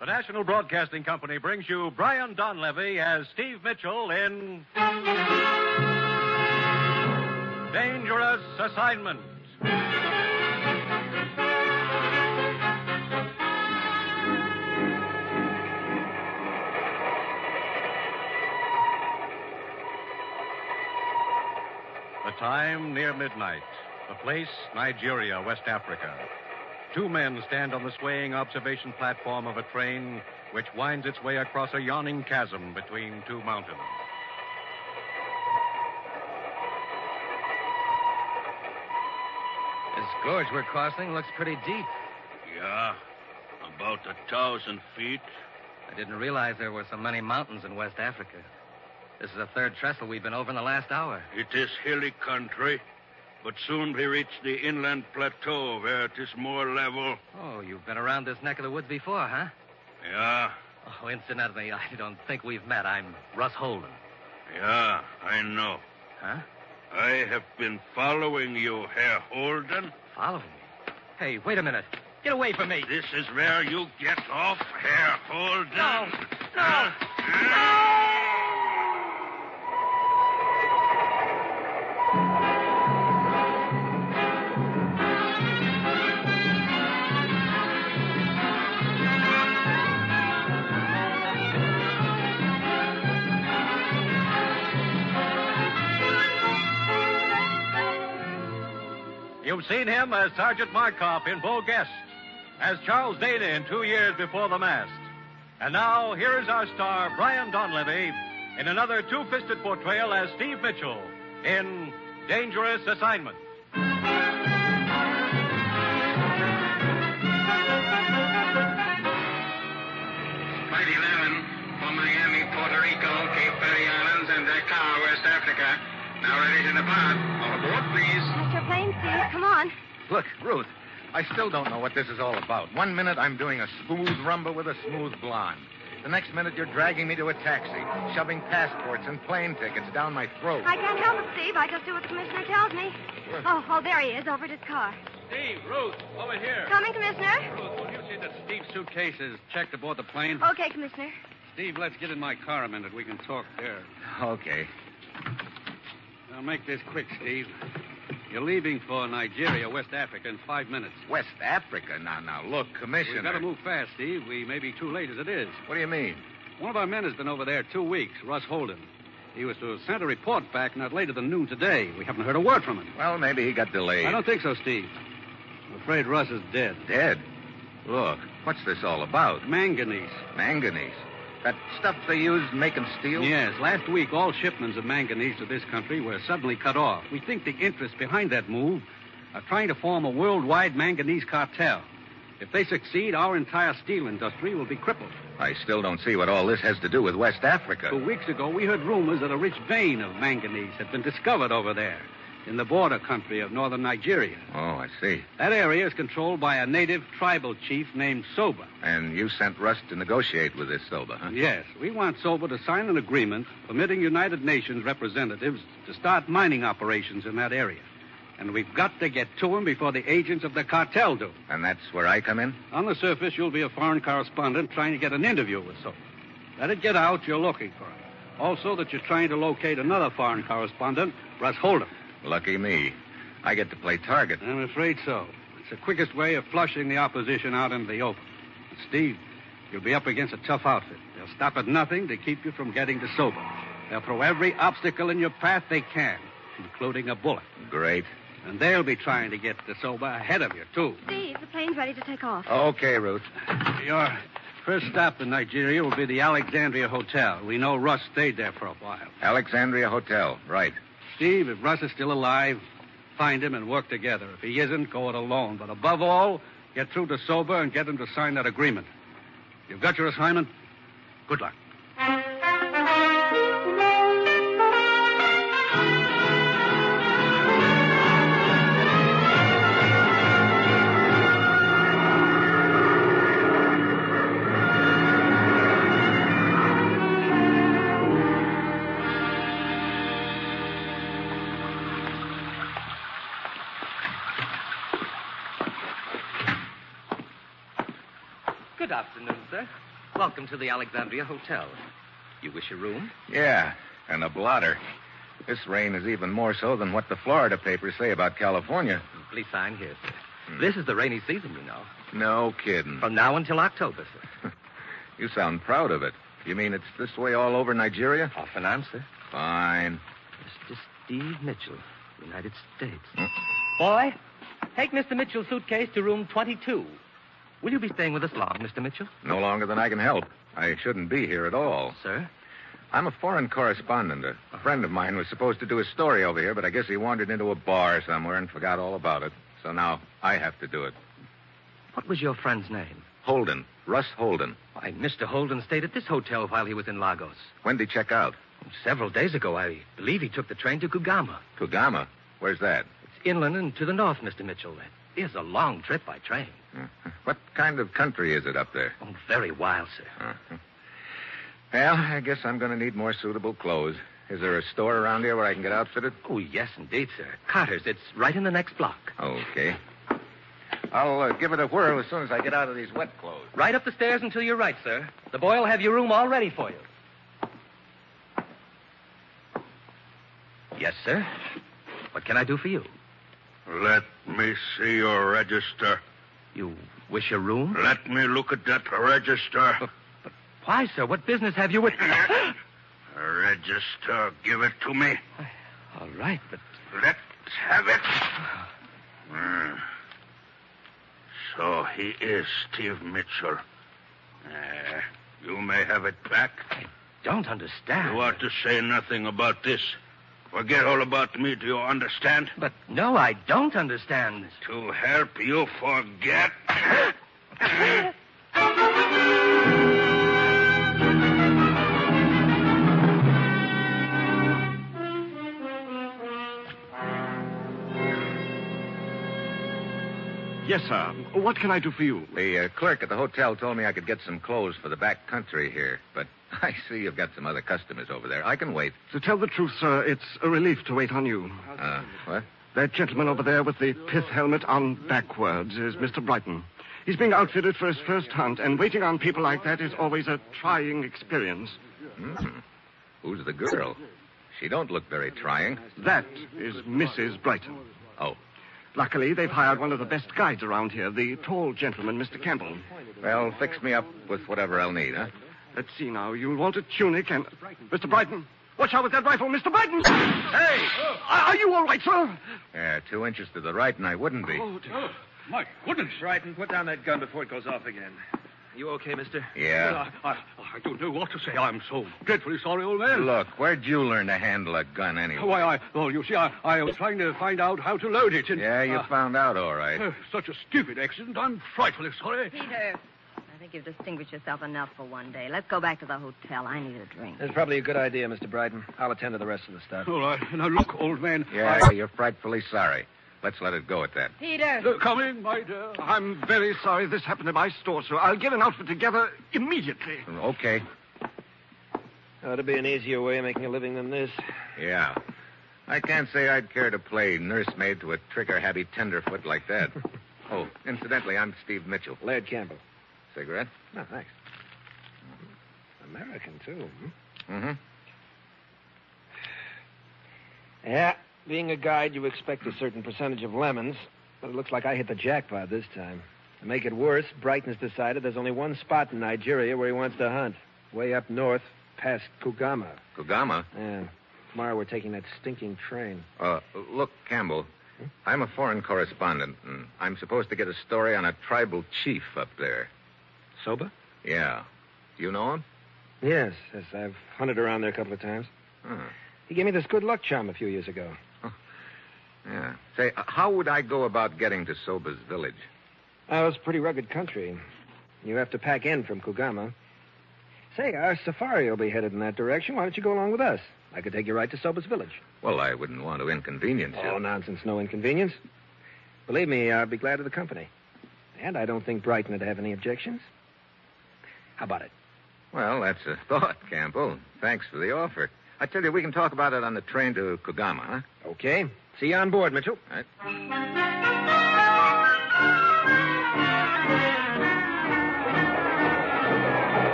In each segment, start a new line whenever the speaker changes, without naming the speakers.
The National Broadcasting Company brings you Brian Donlevy as Steve Mitchell in Dangerous Assignment. The time near midnight. The place, Nigeria, West Africa. Two men stand on the swaying observation platform of a train which winds its way across a yawning chasm between two mountains.
This gorge we're crossing looks pretty deep.
Yeah, about a thousand feet.
I didn't realize there were so many mountains in West Africa. This is the third trestle we've been over in the last hour.
It is hilly country, but soon we reach the inland plateau where it is more level.
Oh, you've been around this neck of the woods before, huh?
Yeah,
Oh, incidentally, I don't think we've met. I'm Russ Holden.
yeah, I know.
Huh?
I have been following you, Herr Holden.
Following me. Hey, wait a minute. Get away from me.
This is where you get off, Herr Holden.
No, no.
You've seen him as Sergeant Markov in Bull Guest, as Charles Dana in Two Years Before the Mast. And now, here is our star, Brian Donlevy, in another two fisted portrayal as Steve Mitchell in Dangerous Assignment.
Flight 11 for Miami, Puerto Rico, Cape Verde Islands, and Dakar, West Africa. Now ready to depart. All aboard, please.
That's your plane, Steve. Come on.
Look, Ruth, I still don't know what this is all about. One minute I'm doing a smooth rumba with a smooth blonde. The next minute you're dragging me to a taxi, shoving passports and plane tickets down my throat.
I can't help it, Steve. I just do what the commissioner tells me. Oh, oh, there he is, over at his car.
Steve, Ruth, over here.
Coming, commissioner?
Ruth, will you see that Steve's suitcase is checked aboard the plane?
Okay, commissioner.
Steve, let's get in my car a minute. We can talk there.
Okay.
Now, make this quick, Steve. You're leaving for Nigeria, West Africa, in five minutes.
West Africa. Now, now, look, Commissioner.
We've got to move fast, Steve. We may be too late as it is.
What do you mean?
One of our men has been over there two weeks, Russ Holden. He was to send a report back not later than noon today. We haven't heard a word from him.
Well, maybe he got delayed.
I don't think so, Steve. I'm afraid Russ is dead.
Dead. Look, what's this all about?
Manganese.
Manganese. That stuff they use making steel?
Yes, last week all shipments of manganese to this country were suddenly cut off. We think the interests behind that move are trying to form a worldwide manganese cartel. If they succeed, our entire steel industry will be crippled.
I still don't see what all this has to do with West Africa.
Two weeks ago, we heard rumors that a rich vein of manganese had been discovered over there in the border country of northern Nigeria.
Oh, I see.
That area is controlled by a native tribal chief named Soba.
And you sent Russ to negotiate with this Silva, huh?
Yes, we want Soba to sign an agreement permitting United Nations representatives to start mining operations in that area. And we've got to get to him before the agents of the cartel do.
And that's where I come in?
On the surface, you'll be a foreign correspondent trying to get an interview with Soba. Let it get out you're looking for him. Also, that you're trying to locate another foreign correspondent, Russ Holden.
Lucky me. I get to play target.
I'm afraid so. It's the quickest way of flushing the opposition out into the open. And Steve, you'll be up against a tough outfit. They'll stop at nothing to keep you from getting to sober. They'll throw every obstacle in your path they can, including a bullet.
Great.
And they'll be trying to get to sober ahead of you, too.
Steve, the plane's ready to take off.
Okay, Ruth.
Your first stop in Nigeria will be the Alexandria Hotel. We know Russ stayed there for a while.
Alexandria Hotel. Right.
Steve, if Russ is still alive, find him and work together. If he isn't, go it alone. But above all, get through to Sober and get him to sign that agreement. You've got your assignment. Good luck.
Good afternoon, sir. Welcome to the Alexandria Hotel. You wish a room?
Yeah, and a blotter. This rain is even more so than what the Florida papers say about California.
Please sign here, sir.
Hmm.
This is the rainy season, you know.
No kidding.
From now until October, sir.
You sound proud of it. You mean it's this way all over Nigeria?
Off and on, sir.
Fine.
Mr. Steve Mitchell, United States. Boy, take Mr. Mitchell's suitcase to room 22. Will you be staying with us long, Mr. Mitchell?
No longer than I can help. I shouldn't be here at all.
Sir?
I'm a foreign correspondent. A friend of mine was supposed to do a story over here, but I guess he wandered into a bar somewhere and forgot all about it. So now I have to do it.
What was your friend's name?
Holden. Russ Holden.
Why, Mr. Holden stayed at this hotel while he was in Lagos.
When did he check out?
Several days ago, I believe he took the train to Kugama.
Kugama. Where's that?
It's inland and to the north, Mr. Mitchell. It is a long trip by train.
What kind of country is it up there? Uh-huh.
Oh, very wild, sir.
Well, I guess I'm going to need more suitable clothes. Is there a store around here where I can get outfitted?
Oh, yes, indeed, sir. Carter's. It's right in the next block.
Okay. I'll uh, give it a whirl as soon as I get out of these wet clothes.
Right up the stairs until you're right, sir. The boy will have your room all ready for you. Yes, sir. What can I do for you?
Let me see your register.
You wish a room? Oh,
Let me look at that register.
Why, sir? What business have you with.
Register, uh, give it to me.
all right, but.
Let's have it. Hmm. So he is Steve Mitchell. Eh, you may have it back.
Don't understand.
You are to say nothing about this. Forget all about me, do you understand?
But no, I don't understand.
To help you forget.
Yes, sir. What can I do for you?
The uh, clerk at the hotel told me I could get some clothes for the back country here, but I see you've got some other customers over there. I can wait.
To tell the truth, sir, it's a relief to wait on you.
Uh, what?
That gentleman over there with the pith helmet on backwards is Mr. Brighton. He's being outfitted for his first hunt, and waiting on people like that is always a trying experience.
Hmm. Who's the girl? She don't look very trying.
That is Mrs. Brighton.
Oh,
Luckily, they've hired one of the best guides around here, the tall gentleman, Mr. Campbell.
well, fix me up with whatever I'll need, huh?
Let's see now. You'll want a tunic and. Mr. Brighton! Watch out with that rifle, Mr. Brighton!
Hey!
Are are you all right, sir?
Yeah, Uh, two inches to the right, and I wouldn't
Oh,
be.
Oh, My goodness.
Brighton, put down that gun before it goes off again.
You okay, mister?
Yeah.
Uh, I, I, I don't know what to say. I'm so dreadfully sorry, old man.
Look, where'd you learn to handle a gun anyway?
Why, I. Well, you see, I, I was trying to find out how to load it. And,
Yeah, you
uh,
found out all right.
Oh,
uh, such a stupid accident. I'm frightfully sorry.
Peter, I think you've distinguished yourself enough for one day. Let's go back to the hotel. I need a drink.
That's probably a good idea, Mr. Brighton. I'll attend to the rest of the stuff.
All right. Now, look, old man.
Yeah,
I-
you're frightfully sorry. Let's let it go at that.
Peter!
Uh, come in, my dear.
I'm very sorry this happened at my store, sir. I'll get an outfit together immediately.
Oh,
Okay.
Ought to be an easier way of making a living than this.
Yeah. I can't say I'd care to play nursemaid to a trigger happy tenderfoot like that. Oh, incidentally, I'm Steve Mitchell.
Laird Campbell.
Cigarette?
Oh, thanks. American, too. hmm?
Mm-hmm.
Yeah, being a guide, you expect a certain percentage of lemons, but it looks like I hit the jackpot this time. To make it worse, Brighton's decided there's only one spot in Nigeria where he wants to hunt. Way up north, past Kugama.
Kugama?
Yeah. Tomorrow we're taking that stinking train.
Uh, look, Campbell,
Hmm?
I'm a foreign correspondent, and I'm supposed to get a story on a tribal chief up there.
Soba?
Yeah. Do you know him?
Yes, yes. I've hunted around there a couple of times.
Huh.
He gave me this good luck charm a few years ago.
Yeah. Say, uh, how would I go about getting to Soba's village?
Oh, it's pretty rugged country. You have to pack in from Kugama. Say, our safari will be headed in that direction. Why don't you go along with us? I could take you right to Soba's village.
Well, I wouldn't want to inconvenience you.
Oh, nonsense, no inconvenience. Believe me, I'd be glad of the company. And I don't think Brighton would have any objections. How about it?
Well, that's a thought, Campbell. Thanks for the offer. I tell you, we can talk about it on the train to Kugama, huh?
Okay. See you on board, Mitchell.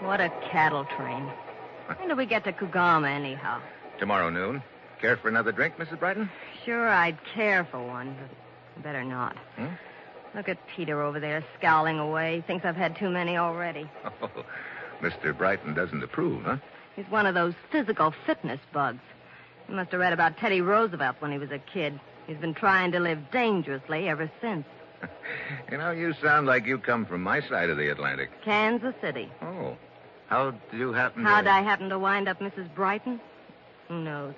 What a cattle train. When do we get to Kugama, anyhow?
Tomorrow noon. Care for another drink, Mrs. Brighton?
Sure, I'd care for one, but better not.
Hmm?
Look at Peter over there scowling away. He thinks I've had too many already.
Oh, Mr. Brighton doesn't approve, huh?
He's one of those physical fitness bugs. You must have read about Teddy Roosevelt when he was a kid. He's been trying to live dangerously ever since.
You know, you sound like you come from my side of the Atlantic.
Kansas City.
Oh. How do you happen to...
How'd I happen to wind up Mrs. Brighton? Who knows?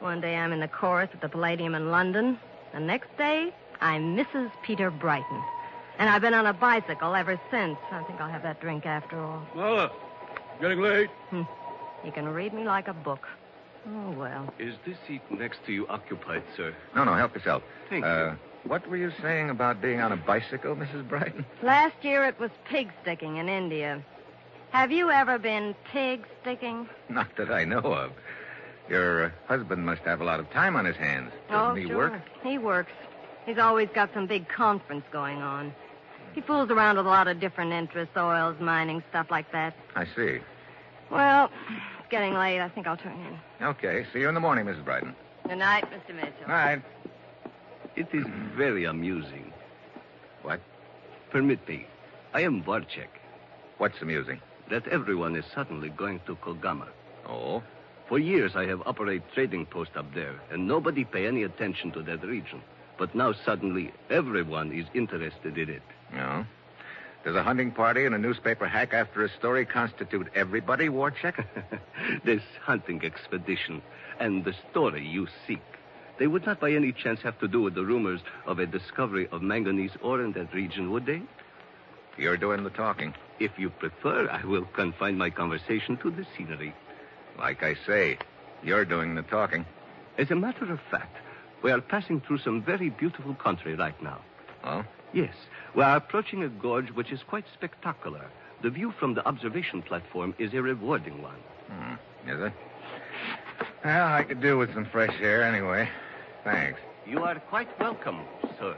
One day I'm in the chorus at the Palladium in London. The next day, I'm Mrs. Peter Brighton. And I've been on a bicycle ever since. I think I'll have that drink after all.
Mama, getting late.
You can read me like a book. Oh, well.
Is this seat next to you occupied, sir?
No, no, help yourself.
Thank
uh, What were you saying about being on a bicycle, Mrs. Brighton?
Last year it was pig sticking in India. Have you ever been pig sticking?
Not that I know of. Your uh, husband must have a lot of time on his hands. Doesn't
oh,
he
sure.
work?
He works. He's always got some big conference going on. He fools around with a lot of different interests, oils, mining, stuff like that.
I see.
Well, it's getting late. I think I'll turn in.
Okay, see you in the morning, Mrs. Brighton.
Good night, Mr. Mitchell.
All right.
It is very amusing.
What?
Permit me. I am Vorchek.
What's amusing?
That everyone is suddenly going to Kogama.
Oh?
For years I have operated trading post up there, and nobody pay any attention to that region. But now suddenly everyone is interested in it.
No. Does a hunting party and a newspaper hack after a story constitute everybody, Warchek?
this hunting expedition and the story you seek. They would not by any chance have to do with the rumors of a discovery of manganese ore in that region, would they?
You're doing the talking.
If you prefer, I will confine my conversation to the scenery.
Like I say, you're doing the talking.
As a matter of fact, we are passing through some very beautiful country right now.
Oh?
Yes, we are approaching a gorge which is quite spectacular. The view from the observation platform is a rewarding one.
Hmm. Is it? Well, I could do with some fresh air anyway. Thanks.
You are quite welcome, sir.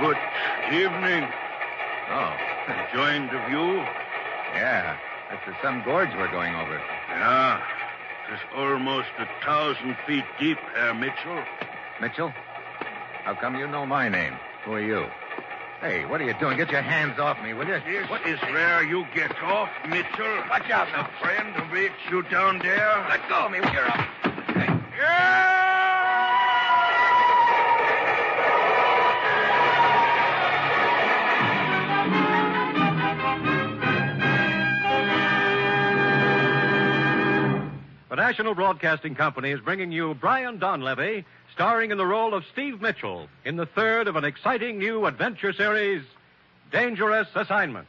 Good evening.
Oh.
Join the view?
Yeah. That's some gorge we're going over.
Yeah. It's almost a thousand feet deep, Herr Mitchell.
Mitchell? How come you know my name? Who are you? Hey, what are you doing? Get your hands off me, will you?
What is rare you get off, Mitchell? Watch out now, friend of it. You down there? Let go of me when you're up.
The National Broadcasting Company is bringing you Brian Donlevy, starring in the role of Steve Mitchell in the third of an exciting new adventure series, Dangerous Assignment.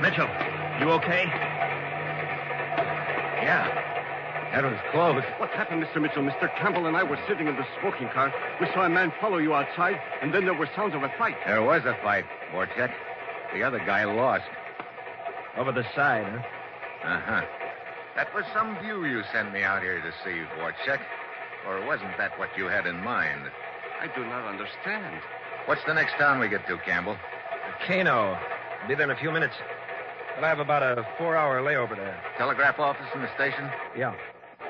Mitchell, you okay?
Yeah. That was close.
What happened, Mr. Mitchell? Mr. Campbell and I were sitting in the smoking car. We saw a man follow you outside, and then there were sounds of a fight.
There was a fight, Vorchek. The other guy lost.
Over the side, huh?
Uh
Uh-huh.
huh. That was some view you sent me out here to see, Vorchek. Or wasn't that what you had in mind?
I do not understand.
What's the next town we get to, Campbell?
Kano. Be there in a few minutes. I'll have about a four hour layover there.
Telegraph office in the station?
Yeah.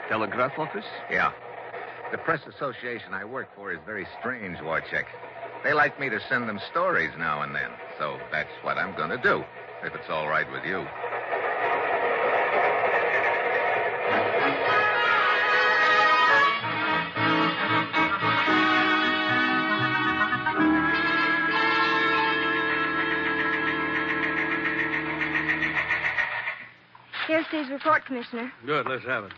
Telegraph office?
Yeah. The press association I work for is very strange, Warchek. They like me to send them stories now and then, so that's what I'm going to do, if it's all right with you.
Here's Steve's report, Commissioner.
Good, let's have it.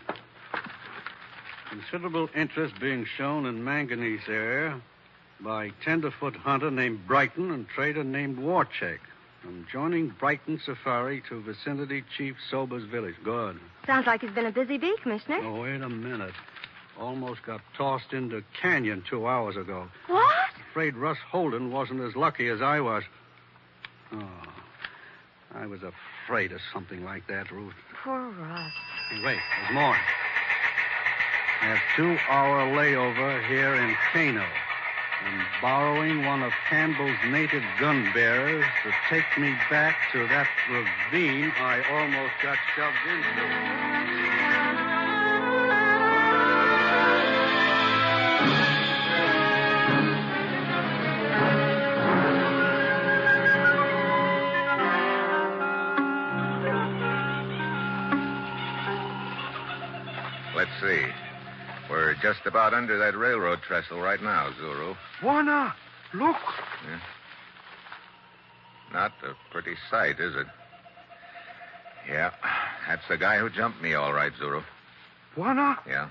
Considerable interest being shown in manganese ore by tenderfoot hunter named Brighton and trader named Warchek. From joining Brighton Safari to vicinity Chief Sober's Village. Good.
Sounds like he's been a busy bee, Commissioner.
Oh, wait a minute. Almost got tossed into canyon two hours ago.
What?
Afraid Russ Holden wasn't as lucky as I was. Oh, I was afraid of something like that, Ruth.
Poor Russ.
Hey, wait, there's more. A two-hour layover here in Kano, and borrowing one of Campbell's native gun bearers to take me back to that ravine I almost got shoved into.
Let's see. We're just about under that railroad trestle right now, Zuru.
Juana, look.
Yeah. Not a pretty sight, is it? Yeah. That's the guy who jumped me, all right, Zuru.
Juana,
Yeah.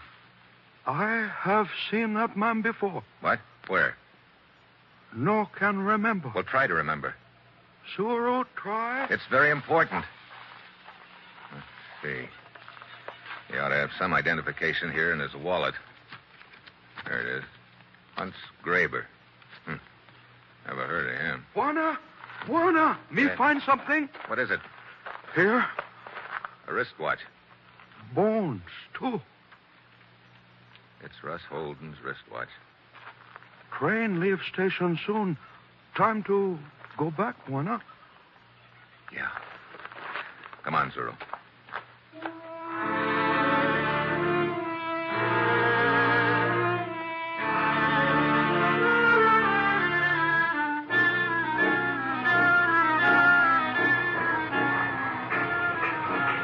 I have seen that man before.
What? Where?
No can remember.
Well, try to remember.
Suro, try.
It's very important. Let's see. He ought to have some identification here in his wallet. There it is. Hunts Graber. Hmm. Never heard of him.
Juana, Juana, me
Yeah.
find something.
What is it?
Here,
A wristwatch.
bones, too.
It's Russ Holden's wristwatch.
Train leaves station soon. Time to go back, Juana.
Yeah. Come on, Zero. Uh,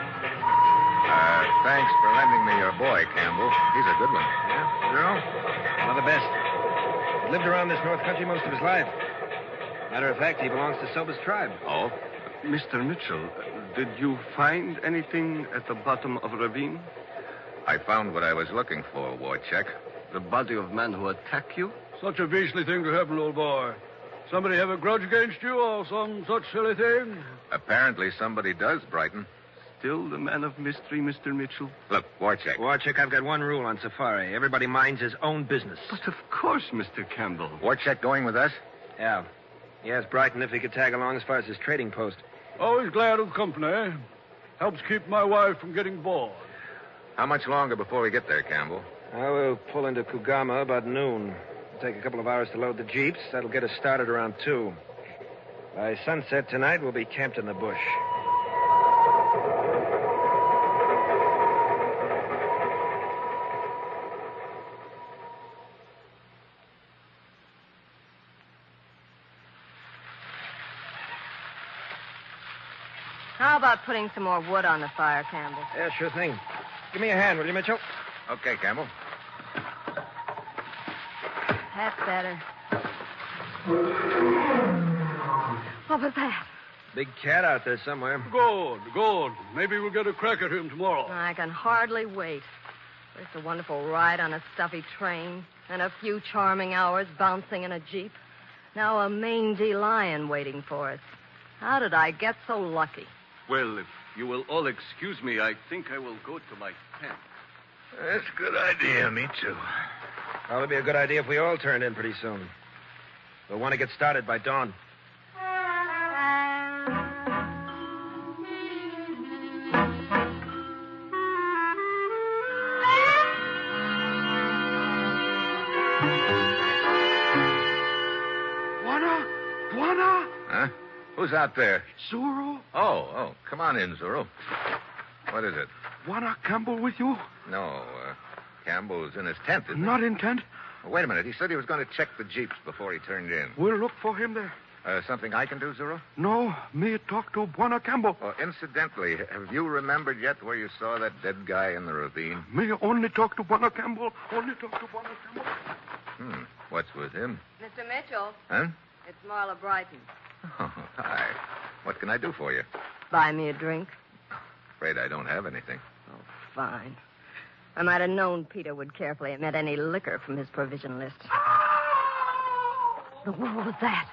Uh, thanks for lending me your boy, Campbell. He's a good one. Yeah?
Zero? One of the best. He lived around this North Country most of his life. Matter of fact, he belongs to Soba's tribe.
Oh?
Mr. Mitchell, uh, did you find anything at the bottom of a ravine?
I found what I was looking for, Warchek.
The body of man who attacked you?
Such a beastly thing to happen, old boy. Somebody have a grudge against you or some such silly thing?
Apparently somebody does, Brighton.
Still the man of mystery, Mr. Mitchell?
Look, Warchek.
Warchuk, I've got one rule on safari. Everybody minds his own business.
But of course, Mr. Campbell.
Warchek going with us?
Yeah. He asked Brighton if he could tag along as far as his trading post.
Always glad of company. Helps keep my wife from getting bored.
How much longer before we get there, Campbell?
I will pull into Kugama about noon. It'll take a couple of hours to load the jeeps. That'll get us started around two. By sunset tonight, we'll be camped in the bush.
How about putting some more wood on the fire, Campbell?
Yeah, sure thing. Give me a hand, will you, Mitchell?
Okay, Campbell.
That's better.
What was that?
Big cat out there somewhere.
Good, good. Maybe we'll get a crack at him tomorrow.
I can hardly wait. Just a wonderful ride on a stuffy train and a few charming hours bouncing in a jeep. Now a mangy lion waiting for us. How did I get so lucky?
Well, if you will all excuse me, I think I will go to my tent.
That's a good idea, me too. Probably be a good idea if we all turned in pretty soon. We'll want to get started by dawn.
Juana, Juana,
Huh? Who's out there?
Suro,
Oh, oh, come on in, Zuru. What is it?
Juana Campbell with you?
No, uh, Campbell's in his tent, isn't
Not intent.
he? Wait a minute. He said he was going to check the jeeps before he turned in.
We'll look for him there.
Uh, something I can do, Zuru?
No, me talk to Juana Campbell.
Oh, incidentally, have you remembered yet where you saw that dead guy in the ravine?
Me only talk to Juana Campbell. Only talk to Juana Campbell.
Hmm. What's with him?
Mr. Mitchell,
Huh?
it's Marla Brighton.
Oh, hi. What can I do for you?
Buy me a drink.
Afraid I don't have anything.
Fine. I might have known Peter would carefully omit any liquor from his provision list. The world was that?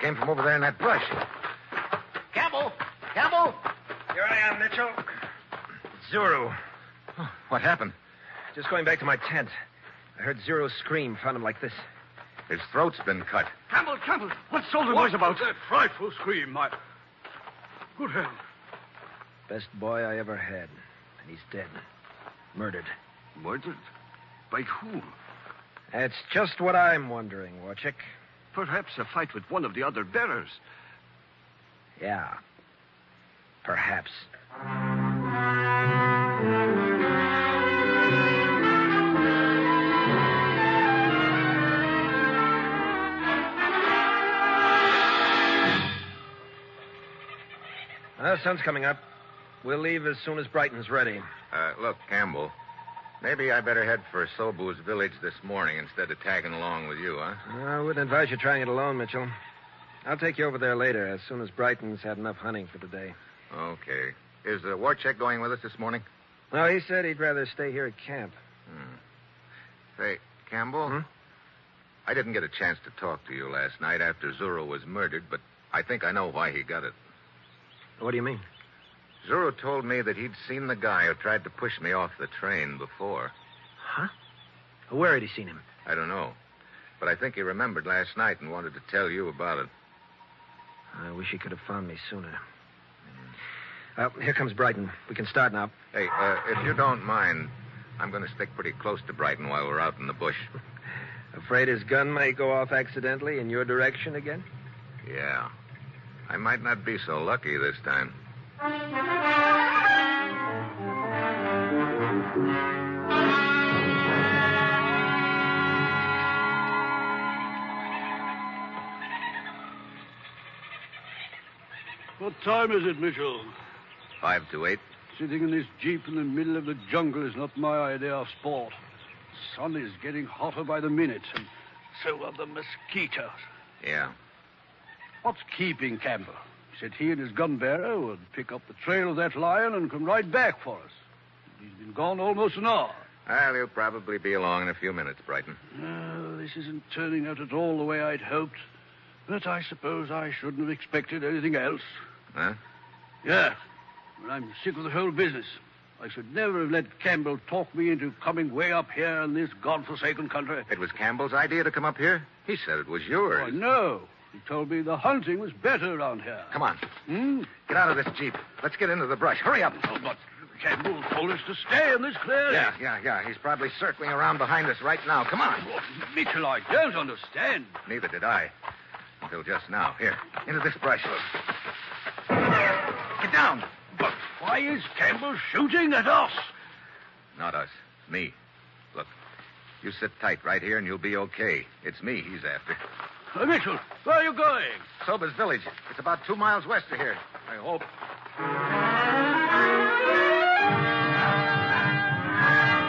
Came from over there in that brush.
Mitchell?
Zuru.
What happened?
Just going back to my tent. I heard Zero scream, found him like this.
His throat's been cut.
Campbell, Campbell, what's all the noise about? That frightful scream, my. Good heavens.
Best boy I ever had. And he's dead. Murdered.
Murdered? By whom?
That's just what I'm wondering, Warchick.
Perhaps a fight with one of the other bearers.
Yeah. Perhaps. Well, the sun's coming up. We'll leave as soon as Brighton's ready.
Uh, look, Campbell, maybe I better head for Sobu's village this morning instead of tagging along with you, huh?
I wouldn't advise you trying it alone, Mitchell. I'll take you over there later, as soon as Brighton's had enough hunting for the day.
Okay. Is uh, Warcheck going with us this morning?
Well, he said he'd rather stay here at camp.
Hmm. Say, Campbell, I didn't get a chance to talk to you last night after Zuro was murdered, but I think I know why he got it.
Hmm? What do you mean?
Zuru told me that he'd seen the guy who tried to push me off the train before.
Huh? Where had he seen him?
I don't know. But I think he remembered last night and wanted to tell you about it.
I wish he could have found me sooner. Well, here comes Brighton. We can start now.
Hey, uh, if you don't mind, I'm going to stick pretty close to Brighton while we're out in the bush.
Afraid his gun might go off accidentally in your direction again?
Yeah. I might not be so lucky this time.
What time is it, Mitchell?
Five to eight.
Sitting in this jeep in the middle of the jungle is not my idea of sport. The sun is getting hotter by the minute, and so are the mosquitoes.
Yeah.
What's keeping Campbell? Said he and his gun bearer would pick up the trail of that lion and come right back for us. He's been gone almost an hour.
Well, he'll probably be along in a few minutes, Brighton.
No, this isn't turning out at all the way I'd hoped. But I suppose I shouldn't have expected anything else.
Huh?
Yeah. Well, I'm sick of the whole business. I should never have let Campbell talk me into coming way up here in this godforsaken country.
It was Campbell's idea to come up here? He said it was yours.
Why, no. He told me the hunting was better around here.
Come on.
Hmm?
Get out of this jeep. Let's get into the brush. Hurry up. Oh, but
Campbell told us to stay in this clearing.
Yeah, yeah, yeah. He's probably circling around behind us right now. Come on.
Mitchell, Oh, I don't understand.
Neither did I. Until just now. Here, into this brush. Get down.
But why is Campbell shooting at us?
Not us. Me. Look, you sit tight right here and you'll be okay. It's me he's after.
Uh, Mitchell, where are you going?
Soba's village. It's about two miles west of here. I hope.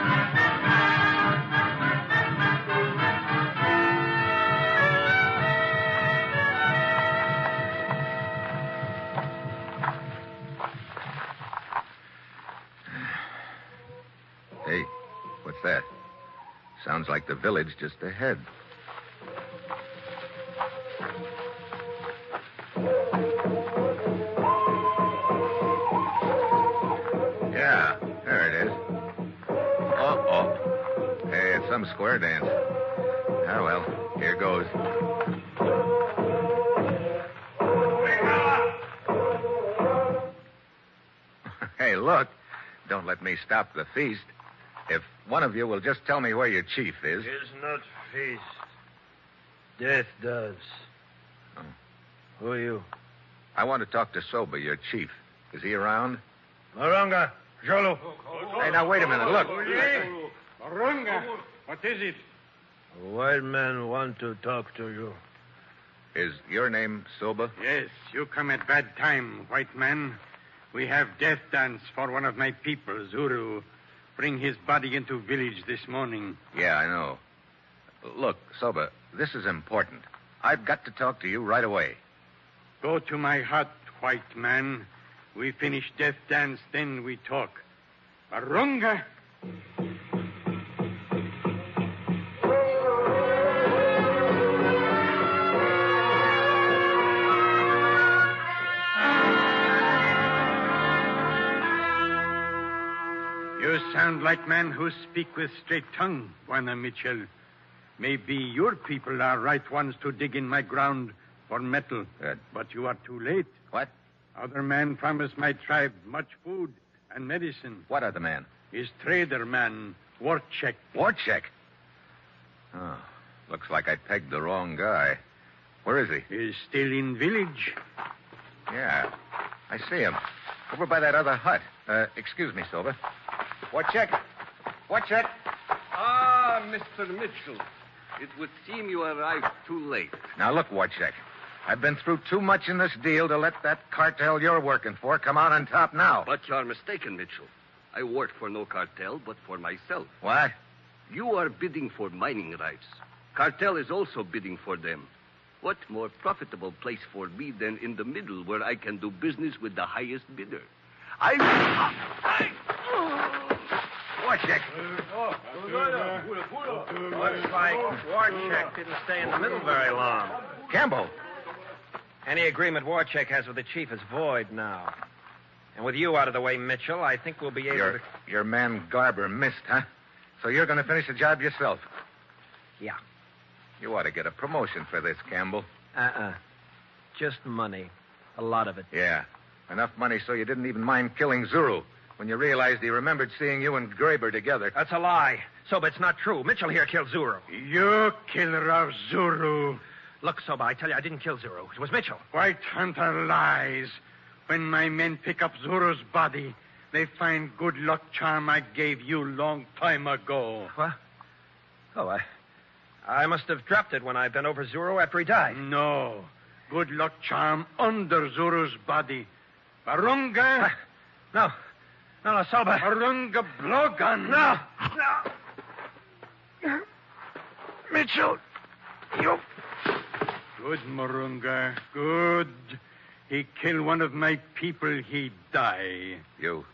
Hey, what's that? Sounds like the village just ahead. Yeah, there it is. Uh-oh. Hey, it's some square dance. Ah, well, here goes. hey, look. Don't let me stop the feast. If one of you will just tell me where your chief is.
not feast. Death does. Who are you?
Oh. I want to talk to Soba, your chief. Is he around?
Maronga, Jolo.
Hey, now, wait a minute. Look.
Marunga, what is it?
A white man want to talk to you.
Is your name Soba?
Yes, you come at bad time, white man. We have death dance for one of my people, Zuru. Bring his body into village this morning.
Yeah, I know. Look, Soba, this is important. I've got to talk to you right away.
Go to my hut, white man. We finish death dance, then we talk. Marunga. sound like men who speak with straight tongue, Juana Mitchell. Maybe your people are right ones to dig in my ground for metal. But you are too late.
What?
Other man promised my tribe much food and medicine.
What other man?
His trader man, Warchek.
Warchek?
Ah.
Oh, looks like I pegged the wrong guy. Where is he?
He's still in village.
Yeah, I see him. Over by that other hut. Uh, excuse me, Silver. Warchek. Warchek.
Ah, Mr. Mitchell. It would seem you arrived too late.
Now look, Warchek. I've been through too much in this deal to let that cartel you're working for come out on top now.
But you're mistaken, Mitchell. I work for no cartel, but for myself.
What?
You are bidding for mining rights. Cartel is also bidding for them. What more profitable place for me than in the middle where I can do business with the highest bidder? I.
Warchek.
Looks like Warchek didn't stay in the middle very long.
Campbell.
Any agreement Warchek
has
with the chief is void now. And with you out of the way, Mitchell, I think we'll be able
Your,
to.
your man Garber missed, huh? So you're going to finish the job yourself.
Yeah.
You ought to get a promotion for this, Campbell.
Uh-uh. Just money. A lot of it.
Yeah. Enough money so you didn't even mind killing Zuru when you realized he remembered seeing you and Graber together.
That's a lie. Soba, it's not true. Mitchell here killed Zuru.
You killer of Zuru.
Look, Soba, I tell you, I didn't kill Zuru. It was Mitchell.
White Hunter lies. When my men pick up Zuru's body, they find good luck charm I gave you long time ago.
What? Oh, I. I must have dropped it when I bent over Zuru after he died.
No. Good luck charm under Zuru's body. Barunga.
Ah, no. No, no, Soba.
Barunga Blogun.
No.
Mitchell. You. Good, Marunga. Good. He kill one of my people, he die.
You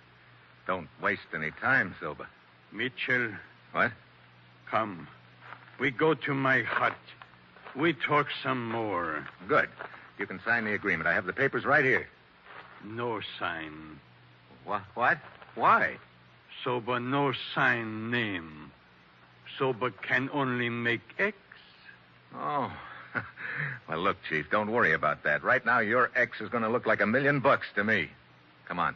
don't waste any time, Silva.
Mitchell.
What?
Come. We go to my hut. We talk some more.
Good. You can sign the agreement. I have the papers right here.
No sign.
What? What? Why?
Soba no sign name. Soba can only make X.
Oh. well, look, Chief, don't worry about that. Right now, your ex is going to look like a million bucks to me. Come on.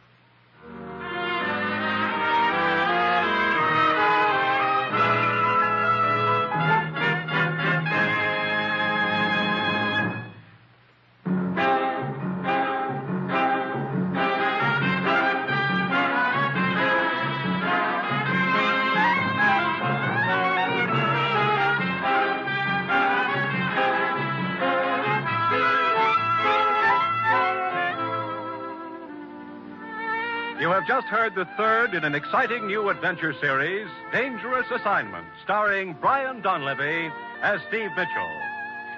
You have just heard the third in an exciting new adventure series, Dangerous Assignment, starring Brian Donlevy as Steve Mitchell.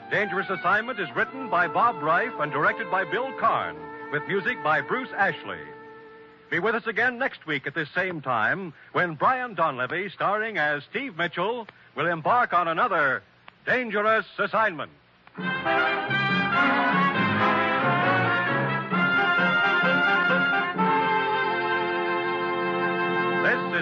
Dangerous Assignment is written by Bob Reif and directed by Bill Karn, with music by Bruce Ashley. Be with us again next week at this same time when Brian Donlevy, starring as Steve Mitchell, will embark on another Dangerous Assignment. This